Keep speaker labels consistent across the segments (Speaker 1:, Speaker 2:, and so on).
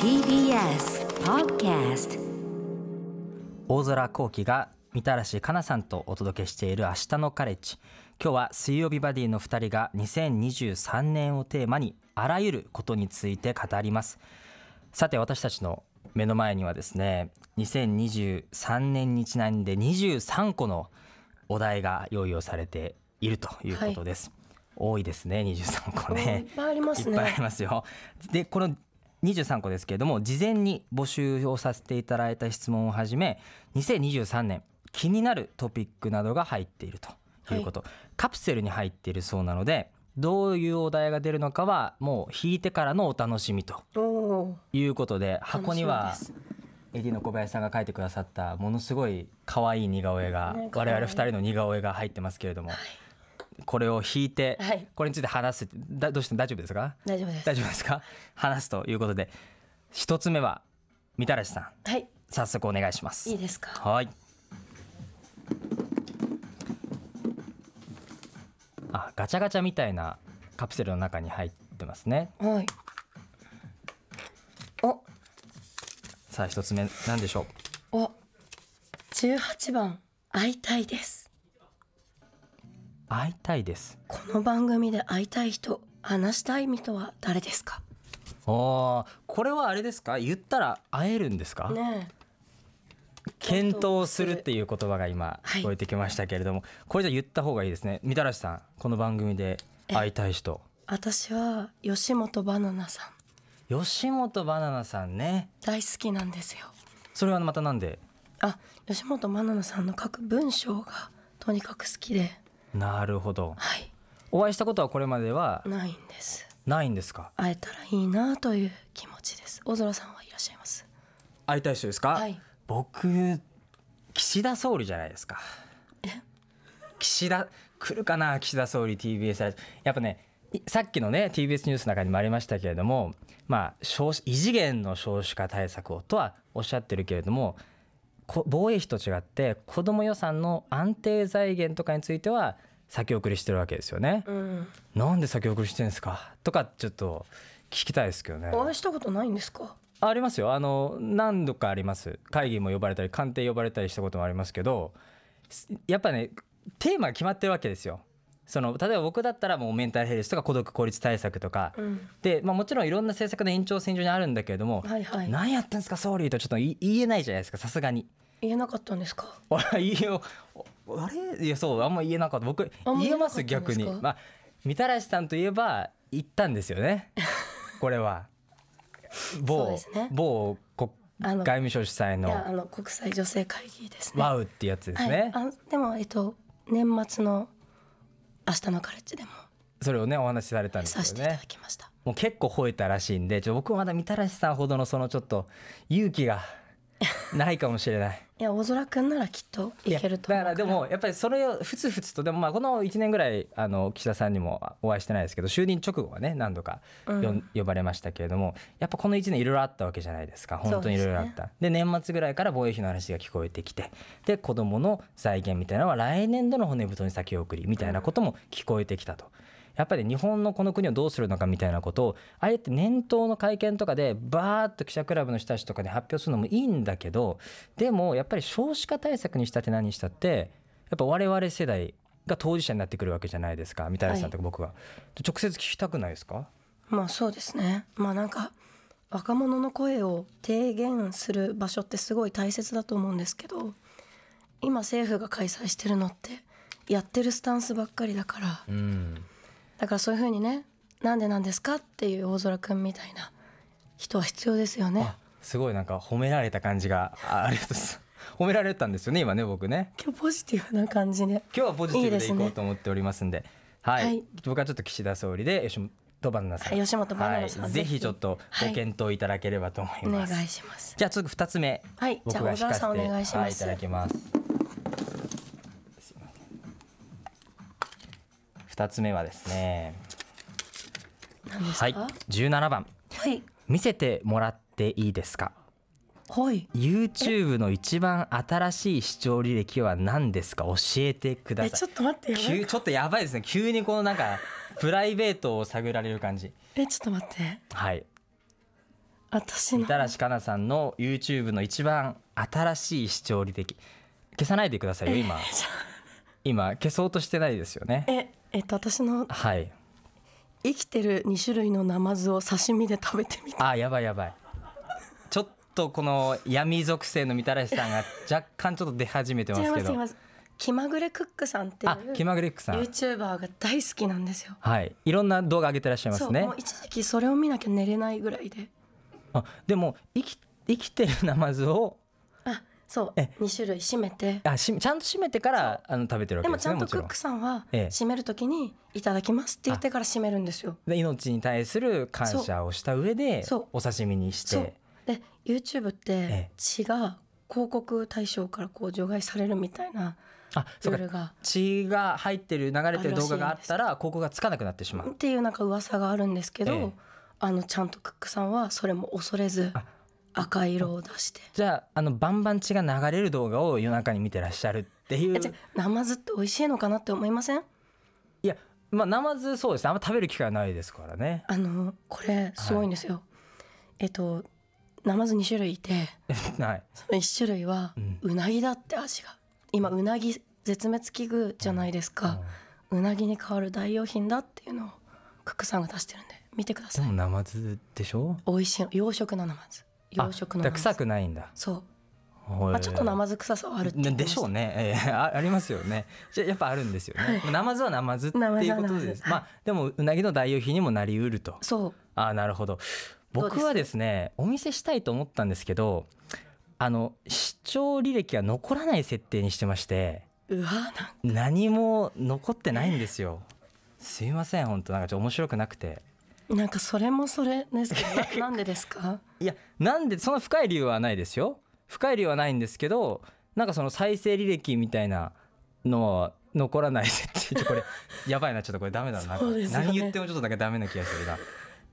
Speaker 1: TBS Podcast
Speaker 2: 大空幸輝がみたらしかなさんとお届けしている明日のカレッジ今日は水曜日バディの2人が2023年をテーマにあらゆることについて語りますさて私たちの目の前にはですね2023年にちなんで23個のお題が用意をされているということです、多いですね23個
Speaker 3: い
Speaker 2: ね
Speaker 3: っぱいあります
Speaker 2: いっぱいあり
Speaker 3: ね。
Speaker 2: ますよ。 でこの23個ですけれども事前に募集をさせていただいた質問をはじめ2023年気になるトピックなどが入っているということ、カプセルに入っているそうなのでどういうお題が出るのかはもう引いてからのお楽しみと
Speaker 3: おお
Speaker 2: いうことで
Speaker 3: ー、
Speaker 2: 箱には
Speaker 3: 楽しみです
Speaker 2: AD の小林さんが書いてくださったものすごい可愛い似顔絵が、
Speaker 3: ね可愛
Speaker 2: 我
Speaker 3: い
Speaker 2: 々2人の似顔絵が入ってますけれども、これを引いて、
Speaker 3: はい
Speaker 2: これについて話すだどうして大丈夫ですか
Speaker 3: 大丈夫です。
Speaker 2: 大丈夫ですか話すということで一つ目はみたらしさん
Speaker 3: はい、
Speaker 2: 早速お願いします
Speaker 3: いいですか。
Speaker 2: はいあガチャガチャみたいなカプセルの中に入ってますね
Speaker 3: はい。お、
Speaker 2: さあ一つ目何でしょう
Speaker 3: お、十八番会いたいです。
Speaker 2: 会いたいです
Speaker 3: この番組で会いたい人、話したい人は誰ですか。
Speaker 2: おーこれはあれですか言ったら会えるんですか、
Speaker 3: ねえ、
Speaker 2: 検討するっていう言葉が今
Speaker 3: はい
Speaker 2: 聞こえてきましたけれども、これじゃ言った方がいいですねみたらしさんこの番組で会いたい人
Speaker 3: 私は吉本バナナさん
Speaker 2: 吉本バナナさんね
Speaker 3: 大好きなんですよ。
Speaker 2: それはまたなんで
Speaker 3: あ、吉本バナナさんの書く文章がとにかく好きで、
Speaker 2: なるほど
Speaker 3: はい、
Speaker 2: お会いしたことはこれまでは
Speaker 3: ないんです。
Speaker 2: ないんですか
Speaker 3: 会えたらいいなという気持ちです。小空さんはいらっしゃいます。
Speaker 2: 会いたい人ですか、
Speaker 3: はい
Speaker 2: 僕岸田総理じゃないですか岸田来るかな岸田総理 TBS ラジオやっぱねいさっきのね TBS ニュースの中にもありましたけれどもまあ少子異次元の少子化対策をとはおっしゃってるけれどもこ防衛費と違って子ども予算の安定財源とかについては先送りしてるわけですよね。
Speaker 3: うん。
Speaker 2: なんで先送りしてんですかとかちょっと聞きたいですけどね
Speaker 3: お会いしたことないんですか。
Speaker 2: ありますよあの何度かあります会議も呼ばれたり官邸呼ばれたりしたこともありますけどすやっぱねテーマが決まってるわけですよその例えば僕だったらもうメンタルヘルスとか孤独孤立対策とか、
Speaker 3: うん。
Speaker 2: で、まあ、もちろんいろんな政策の延長線上にあるんだけれども、
Speaker 3: はいはい。
Speaker 2: 何やってんですか総理とちょっとい言えないじゃないですかさすがに。
Speaker 3: 言えなかったんですか。
Speaker 2: あら言えよあれいやそうあんま言えなかった僕
Speaker 3: あんま
Speaker 2: 言え
Speaker 3: 言え
Speaker 2: ま
Speaker 3: なかった
Speaker 2: す
Speaker 3: んですか
Speaker 2: 逆にまあみたらしさんといえば言ったんですよねこれは
Speaker 3: そう
Speaker 2: 某
Speaker 3: ですね
Speaker 2: 某国
Speaker 3: あの
Speaker 2: 外務省主催
Speaker 3: いやあ
Speaker 2: の
Speaker 3: の国際女性会議ですね。
Speaker 2: ワウってやつです
Speaker 3: はい
Speaker 2: ね、
Speaker 3: あでもえっと年末の明日のカレッジでも
Speaker 2: それをねお話しされたんです
Speaker 3: さ
Speaker 2: よ
Speaker 3: せていただ
Speaker 2: ね
Speaker 3: きました。
Speaker 2: もう結構吠えたらしいんでちょっと僕はまだみたらしさんほどのそのちょっと勇気がないかもしれない
Speaker 3: いや大空くんならきっといけると思う
Speaker 2: やだからでもやっぱりそれをふつふつとでもまあこの1年ぐらいあの岸田さんにもお会いしてないですけど就任直後はね何度かよん、
Speaker 3: うん
Speaker 2: 呼ばれましたけれどもやっぱこの1年いろいろあったわけじゃないですか本当にいろいろあったで,、年末ぐらいから防衛費の話が聞こえてきてで子どもの財源みたいなのは来年度の骨太に先送りみたいなことも聞こえてきたと。やっぱり日本のこの国をどうするのかみたいなことをあえて年頭の会見とかでバーッと記者クラブの人たちとかで発表するのもいいんだけどでもやっぱり少子化対策にしたって何にしたってやっぱ我々世代が当事者になってくるわけじゃないですかみたいなさんとか僕は、直接聞きたくないですか
Speaker 3: まあそうですね。まあなんか若者の声を提言する場所ってすごい大切だと思うんですけど、今政府が開催してるのってやってるスタンスばっかりだから。
Speaker 2: うん
Speaker 3: だからそういうふうにねなんでなんですかっていう大空くんみたいな人は必要ですよね
Speaker 2: あすごいなんか褒められた感じがあありがとうございます 褒められたんですよね今ね僕ね
Speaker 3: 今日ポジティブな感じで
Speaker 2: 今日はポジティブ
Speaker 3: いいで
Speaker 2: ですい
Speaker 3: ね
Speaker 2: こうと思っておりますんではい、
Speaker 3: はい
Speaker 2: 僕はちょっと岸田総理で吉本バナナさん、
Speaker 3: はい吉本バナナさん
Speaker 2: はい
Speaker 3: ぜ
Speaker 2: ぜ
Speaker 3: ひ
Speaker 2: ひちょっとご検討いただければと思い
Speaker 3: お願
Speaker 2: ます、
Speaker 3: いします
Speaker 2: じゃあ次二つ目
Speaker 3: はいじゃ
Speaker 2: 僕
Speaker 3: あ
Speaker 2: が
Speaker 3: 小
Speaker 2: 引か
Speaker 3: 沢
Speaker 2: せて
Speaker 3: さんお願いし
Speaker 2: は
Speaker 3: ま
Speaker 2: い、い
Speaker 3: す
Speaker 2: ただきますすいません二つ目はですね
Speaker 3: 何ですか
Speaker 2: はい十七番
Speaker 3: はい
Speaker 2: 見せてもらっていいですか
Speaker 3: はい
Speaker 2: YouTube の一番新しい視聴履歴は何ですか教えてくだ
Speaker 3: え
Speaker 2: さ
Speaker 3: ち
Speaker 2: い
Speaker 3: ょっと待ってよ
Speaker 2: 急ちょっとやばいですね急にこのなんかプライベートを探られる感じ
Speaker 3: えちょっと待って
Speaker 2: はい
Speaker 3: 私
Speaker 2: み
Speaker 3: の
Speaker 2: たらしかなさんの YouTube の一番新しい視聴履歴消さないでくださいよ今今消そうとしてないですよね
Speaker 3: ええっと私の
Speaker 2: はい
Speaker 3: 生きてる2種類のナマズを刺身で食べてみた
Speaker 2: あやばいやばいちょっとこの闇属性のみたらしさんが若干ちょっと出始めてま
Speaker 3: 違い
Speaker 2: す
Speaker 3: ま
Speaker 2: け
Speaker 3: す違い
Speaker 2: ど
Speaker 3: ます気まぐれクックさんってい
Speaker 2: あ気
Speaker 3: う
Speaker 2: まぐれっくさん
Speaker 3: YouTuber が大好きなんですよ
Speaker 2: はいいろんな動画上げてらっしゃいま
Speaker 3: そ
Speaker 2: す
Speaker 3: う
Speaker 2: ね
Speaker 3: もう一時期それを見なきゃ寝れないぐらいで
Speaker 2: あでも生き生きてるナマズを
Speaker 3: あそう
Speaker 2: え
Speaker 3: 2種類締めて
Speaker 2: あしちゃんと締めてからあの食べてるわ
Speaker 3: で
Speaker 2: け
Speaker 3: も
Speaker 2: で
Speaker 3: ち
Speaker 2: す
Speaker 3: ゃ
Speaker 2: ね
Speaker 3: んと
Speaker 2: もち
Speaker 3: ク
Speaker 2: ろ
Speaker 3: ッ
Speaker 2: ん
Speaker 3: クさんは
Speaker 2: ええ
Speaker 3: 締める時に「いただきます」って言ってから締めるんですよ
Speaker 2: で命に対する感謝をした上で
Speaker 3: そう
Speaker 2: お刺身にし
Speaker 3: そう
Speaker 2: て
Speaker 3: で YouTube っ
Speaker 2: え
Speaker 3: て血が広告対象からこう除外されるみたいな
Speaker 2: あそ
Speaker 3: ル
Speaker 2: う
Speaker 3: ール
Speaker 2: か
Speaker 3: が
Speaker 2: 血が入ってる流れてる動画があったら
Speaker 3: あ
Speaker 2: 広告がつかなくなってしま
Speaker 3: っ
Speaker 2: う
Speaker 3: ていうなんか噂があるんですけど、
Speaker 2: ええ
Speaker 3: あのちゃんとクックさんはそれも恐れず
Speaker 2: あ
Speaker 3: 赤色を出して。
Speaker 2: じゃああのバンバン血が流れる動画を夜中に見てらっしゃるっていう
Speaker 3: えじゃあナマズって美味しいのかなって思いません
Speaker 2: いやまあナマズそうですねあんま食べる機会ないですからね
Speaker 3: あのこれすごいんですよ、えっとナマズ2種類いて
Speaker 2: はい
Speaker 3: その1種類は
Speaker 2: うん
Speaker 3: うなぎだって味が今うなぎ絶滅危惧じゃないですか、うなぎに代わる代用品だっていうのをクックさんが出してるんで見てくだ
Speaker 2: で
Speaker 3: さい
Speaker 2: もナマズでしょ
Speaker 3: 美味しい養殖のナマズ養
Speaker 2: あ
Speaker 3: 殖の
Speaker 2: だから
Speaker 3: ナマズ
Speaker 2: 臭くないんだ
Speaker 3: そう、
Speaker 2: ま
Speaker 3: まあ、ちょっとナマズ臭さはあるって言って
Speaker 2: でしょう
Speaker 3: ね
Speaker 2: ね、ええあありますよねじゃあやっぱあるんですよね、ナマズはナマズっていうこ
Speaker 3: ナ
Speaker 2: と
Speaker 3: マズはナマ
Speaker 2: です
Speaker 3: ズ
Speaker 2: まあでもうなぎの代用品にもなりうると
Speaker 3: そう
Speaker 2: ああなるほど僕はですねお見せしたいと思ったんですけどあの視聴履歴が残らない設定にしてまして
Speaker 3: うわなん
Speaker 2: 何も残ってないんですよすいません本当なんかちょっと面白くなくて
Speaker 3: なんかそれもそれですけ どななんでですか
Speaker 2: いやなんでその深い理由はないですよ深い理由はないんですけどなんかその再生履歴みたいなのは残らない設定 ちょこれやばいなちょっとこれダメだな
Speaker 3: そうですよね
Speaker 2: 何言ってもちょっとなんかダメな気がするな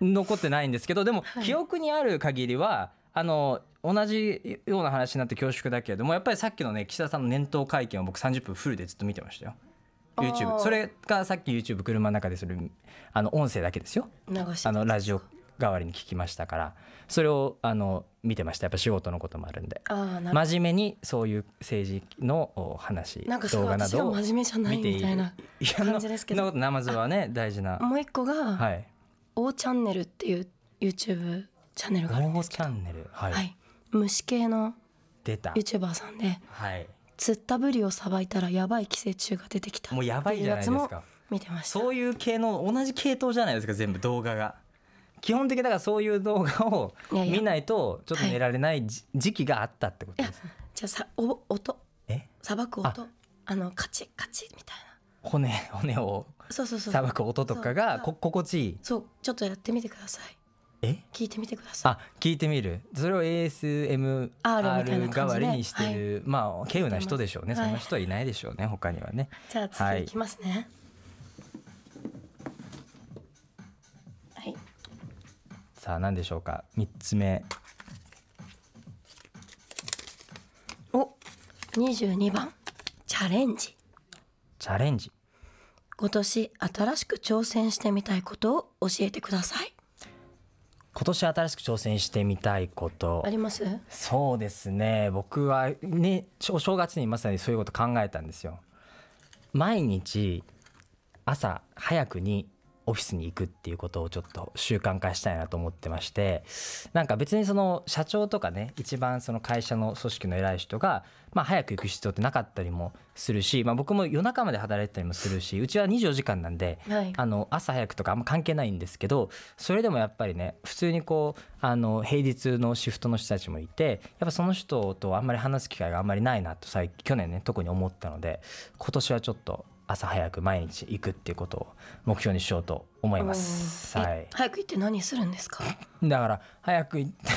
Speaker 2: 残ってないんですけどでも記憶にある限りはあの同じような話になって恐縮だけれどもやっぱりさっきのね岸田さんの年頭会見を僕30分フルでずっと見てましたよ
Speaker 3: あー
Speaker 2: YouTube それがさっき YouTube 車の中でするあの音声だけですよ
Speaker 3: 流して
Speaker 2: あのラジオ代わりに聞きましたからそれをあの見てましたやっぱ仕事のこともあるんで
Speaker 3: あーなる
Speaker 2: 真面目にそういう政治のお話
Speaker 3: なんかすご
Speaker 2: 動
Speaker 3: い
Speaker 2: 画な
Speaker 3: 私が
Speaker 2: どを
Speaker 3: 真面目じゃない
Speaker 2: 見ている
Speaker 3: みたいな感じですけど
Speaker 2: いやそんなことナマズはね大事な
Speaker 3: もう一個が、
Speaker 2: はい
Speaker 3: 「O チャンネル」っていう YouTube チャンネルがある
Speaker 2: 「
Speaker 3: んで
Speaker 2: 王
Speaker 3: す
Speaker 2: チ
Speaker 3: けど、
Speaker 2: ャンネル」はい、
Speaker 3: はい、虫系の
Speaker 2: 出た
Speaker 3: YouTuber さんで
Speaker 2: はい
Speaker 3: 釣ったぶりをさばいたらやばい寄生虫が出てきた
Speaker 2: もうやばいじゃないですか
Speaker 3: 見てました
Speaker 2: そういう系の同じ系統じゃないですか全部動画が基本的だからそういう動画を
Speaker 3: いやいや
Speaker 2: 見ないとちょっと寝られないじ時期があったってことですね
Speaker 3: じゃあさお音
Speaker 2: え
Speaker 3: さばく音
Speaker 2: あ
Speaker 3: あのカチッカチッみたい
Speaker 2: 骨骨を
Speaker 3: なそうそうそう
Speaker 2: さばく音とかが
Speaker 3: そう
Speaker 2: こ心地いい
Speaker 3: そうちょっとやってみてください
Speaker 2: え
Speaker 3: 聞いてみてください
Speaker 2: あ聞いてみるそれを ASMR
Speaker 3: たいな感じで
Speaker 2: 代わりにしてる、まあ稀有な人でしょうね、
Speaker 3: はい
Speaker 2: そんな人はいないでしょうね他にはね
Speaker 3: じゃあ
Speaker 2: は
Speaker 3: 次
Speaker 2: い
Speaker 3: いきますねはい、
Speaker 2: さあ何でしょうか3つ目
Speaker 3: お22番「チャレンジ」
Speaker 2: チャレンジ
Speaker 3: 今年新しく挑戦してみたいことを教えてください
Speaker 2: 今年新しく挑戦してみたいこと
Speaker 3: あります
Speaker 2: そうですね僕はねお正月にまさにそういうこと考えたんですよ毎日朝早くにオフィスに行くっていうことをちょっと習慣化したいなと思ってましてなんか別にその社長とかね一番その会社の組織の偉い人が、まあ、早く行く必要ってなかったりもするし、まあ、僕も夜中まで働いてたりもするしうちは24時間なんで
Speaker 3: はい
Speaker 2: あの朝早くとかあんま関係ないんですけどそれでもやっぱりね普通にこうあの平日のシフトの人たちもいてやっぱその人とあんまり話す機会があんまりないなと最近去年ね特に思ったので今年はちょっと朝早く毎日行くっていうことを目標にしようと思います。
Speaker 3: おー
Speaker 2: は
Speaker 3: え
Speaker 2: い、
Speaker 3: 早く行って何するんですか
Speaker 2: だから早く行って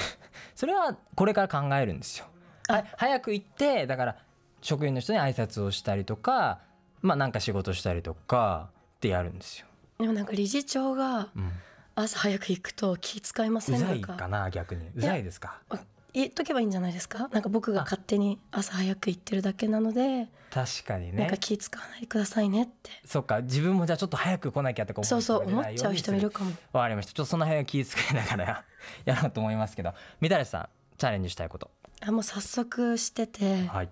Speaker 2: それはこれから考えるんですよ。はい、早く行ってだから職員の人に挨拶をしたりとかまあなんか仕事したりとかってやるんですよ。
Speaker 3: でもなんか理事長が
Speaker 2: うん
Speaker 3: 朝早く行くと気使いませ
Speaker 2: うんざ
Speaker 3: と
Speaker 2: い
Speaker 3: か
Speaker 2: かな逆にうざいですか
Speaker 3: あ言っとけばいいんじゃないですかなんか僕が勝手に朝早く行ってるだけなので
Speaker 2: 確かに
Speaker 3: なん
Speaker 2: ね
Speaker 3: か気使わないでくださいねって
Speaker 2: そっか自分もじゃあちょっと早く来なきゃとか思
Speaker 3: そうそう
Speaker 2: 人
Speaker 3: 思
Speaker 2: が出な
Speaker 3: っ
Speaker 2: い
Speaker 3: ちゃう人
Speaker 2: よ
Speaker 3: い
Speaker 2: にす
Speaker 3: るかも
Speaker 2: わかりましたちょっとその辺は気遣いながら やろうと思いますけどみたらしさんチャレンジしたいこと
Speaker 3: あもう早速してて
Speaker 2: はい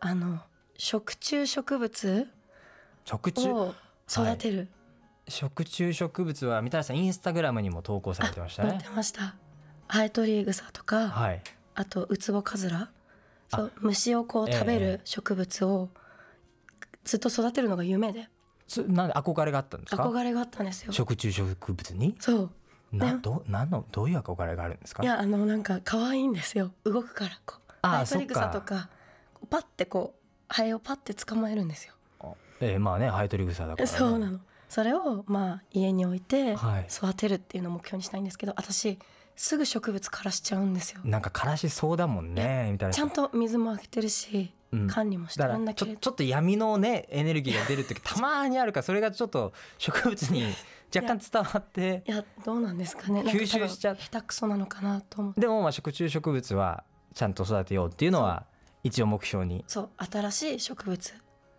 Speaker 3: あの食虫植物
Speaker 2: 食虫
Speaker 3: を育てる、
Speaker 2: 食虫植物はみたらしさんインスタグラムにも投稿されてました
Speaker 3: やっ
Speaker 2: ね
Speaker 3: てましたハエトリグサとか、
Speaker 2: はい
Speaker 3: あとウツボカズラ
Speaker 2: あ
Speaker 3: そう虫をこう
Speaker 2: ええ
Speaker 3: 食べ
Speaker 2: え
Speaker 3: る植物をずっと育てるのが夢で
Speaker 2: そなんで憧れがあったんですか
Speaker 3: 憧れがあったんですよ
Speaker 2: 食虫植物に
Speaker 3: そう
Speaker 2: な
Speaker 3: ね
Speaker 2: どなんのどういう憧れがあるんですか
Speaker 3: いやあのなんか可愛いんですよ動くからこう
Speaker 2: あー
Speaker 3: ハエトリグサ
Speaker 2: そ
Speaker 3: と
Speaker 2: っ
Speaker 3: かこうパッてこうハエをパッて捕まえるんですよ、
Speaker 2: ええまあねハエトリグサだから、ね、
Speaker 3: そうなのそれをまあ家に置いて
Speaker 2: はい
Speaker 3: 育てるっていうのを目標にしたいんですけど私すぐ植物枯らしちゃうんですよ
Speaker 2: なんかからしそうだもんねみたいな
Speaker 3: ちゃんと水もあげてるし、
Speaker 2: うん
Speaker 3: 管理もして
Speaker 2: だ
Speaker 3: る
Speaker 2: か
Speaker 3: ん
Speaker 2: ら
Speaker 3: だ
Speaker 2: ち
Speaker 3: け
Speaker 2: ょ
Speaker 3: れど
Speaker 2: ちょっと闇のねエネルギーが出る 時たまにあるからそれがちょっと植物に若干伝わって
Speaker 3: いやどうなんですかねなんか
Speaker 2: 吸収しちゃ
Speaker 3: 多分下手くそなのかなと思って
Speaker 2: でもまあ食虫植物はちゃんと育てようっていうのは一応目標に
Speaker 3: そう新しい植物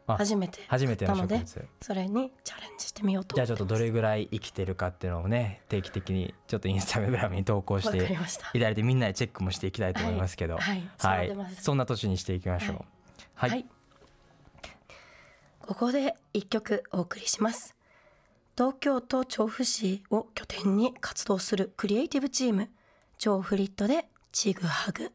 Speaker 2: あ
Speaker 3: 初めて
Speaker 2: 初めての植
Speaker 3: なの
Speaker 2: 物
Speaker 3: でそれにチャレンジしてみようと
Speaker 2: じゃ
Speaker 3: 思
Speaker 2: あちょっとどれぐらい生きてるかっていうのをね定期的にちょっとインスタグラムに投稿し
Speaker 3: わかり
Speaker 2: て
Speaker 3: ました
Speaker 2: いただいてみんなでチェックもしていきたいと思いますけど
Speaker 3: はい
Speaker 2: は
Speaker 3: そう出
Speaker 2: い
Speaker 3: ます
Speaker 2: そんな年にしていきましょうは
Speaker 3: はいい。ここで一曲お送りします。東京都調布市を拠点に活動するクリエイティブチーム、調布リットでチグハグ。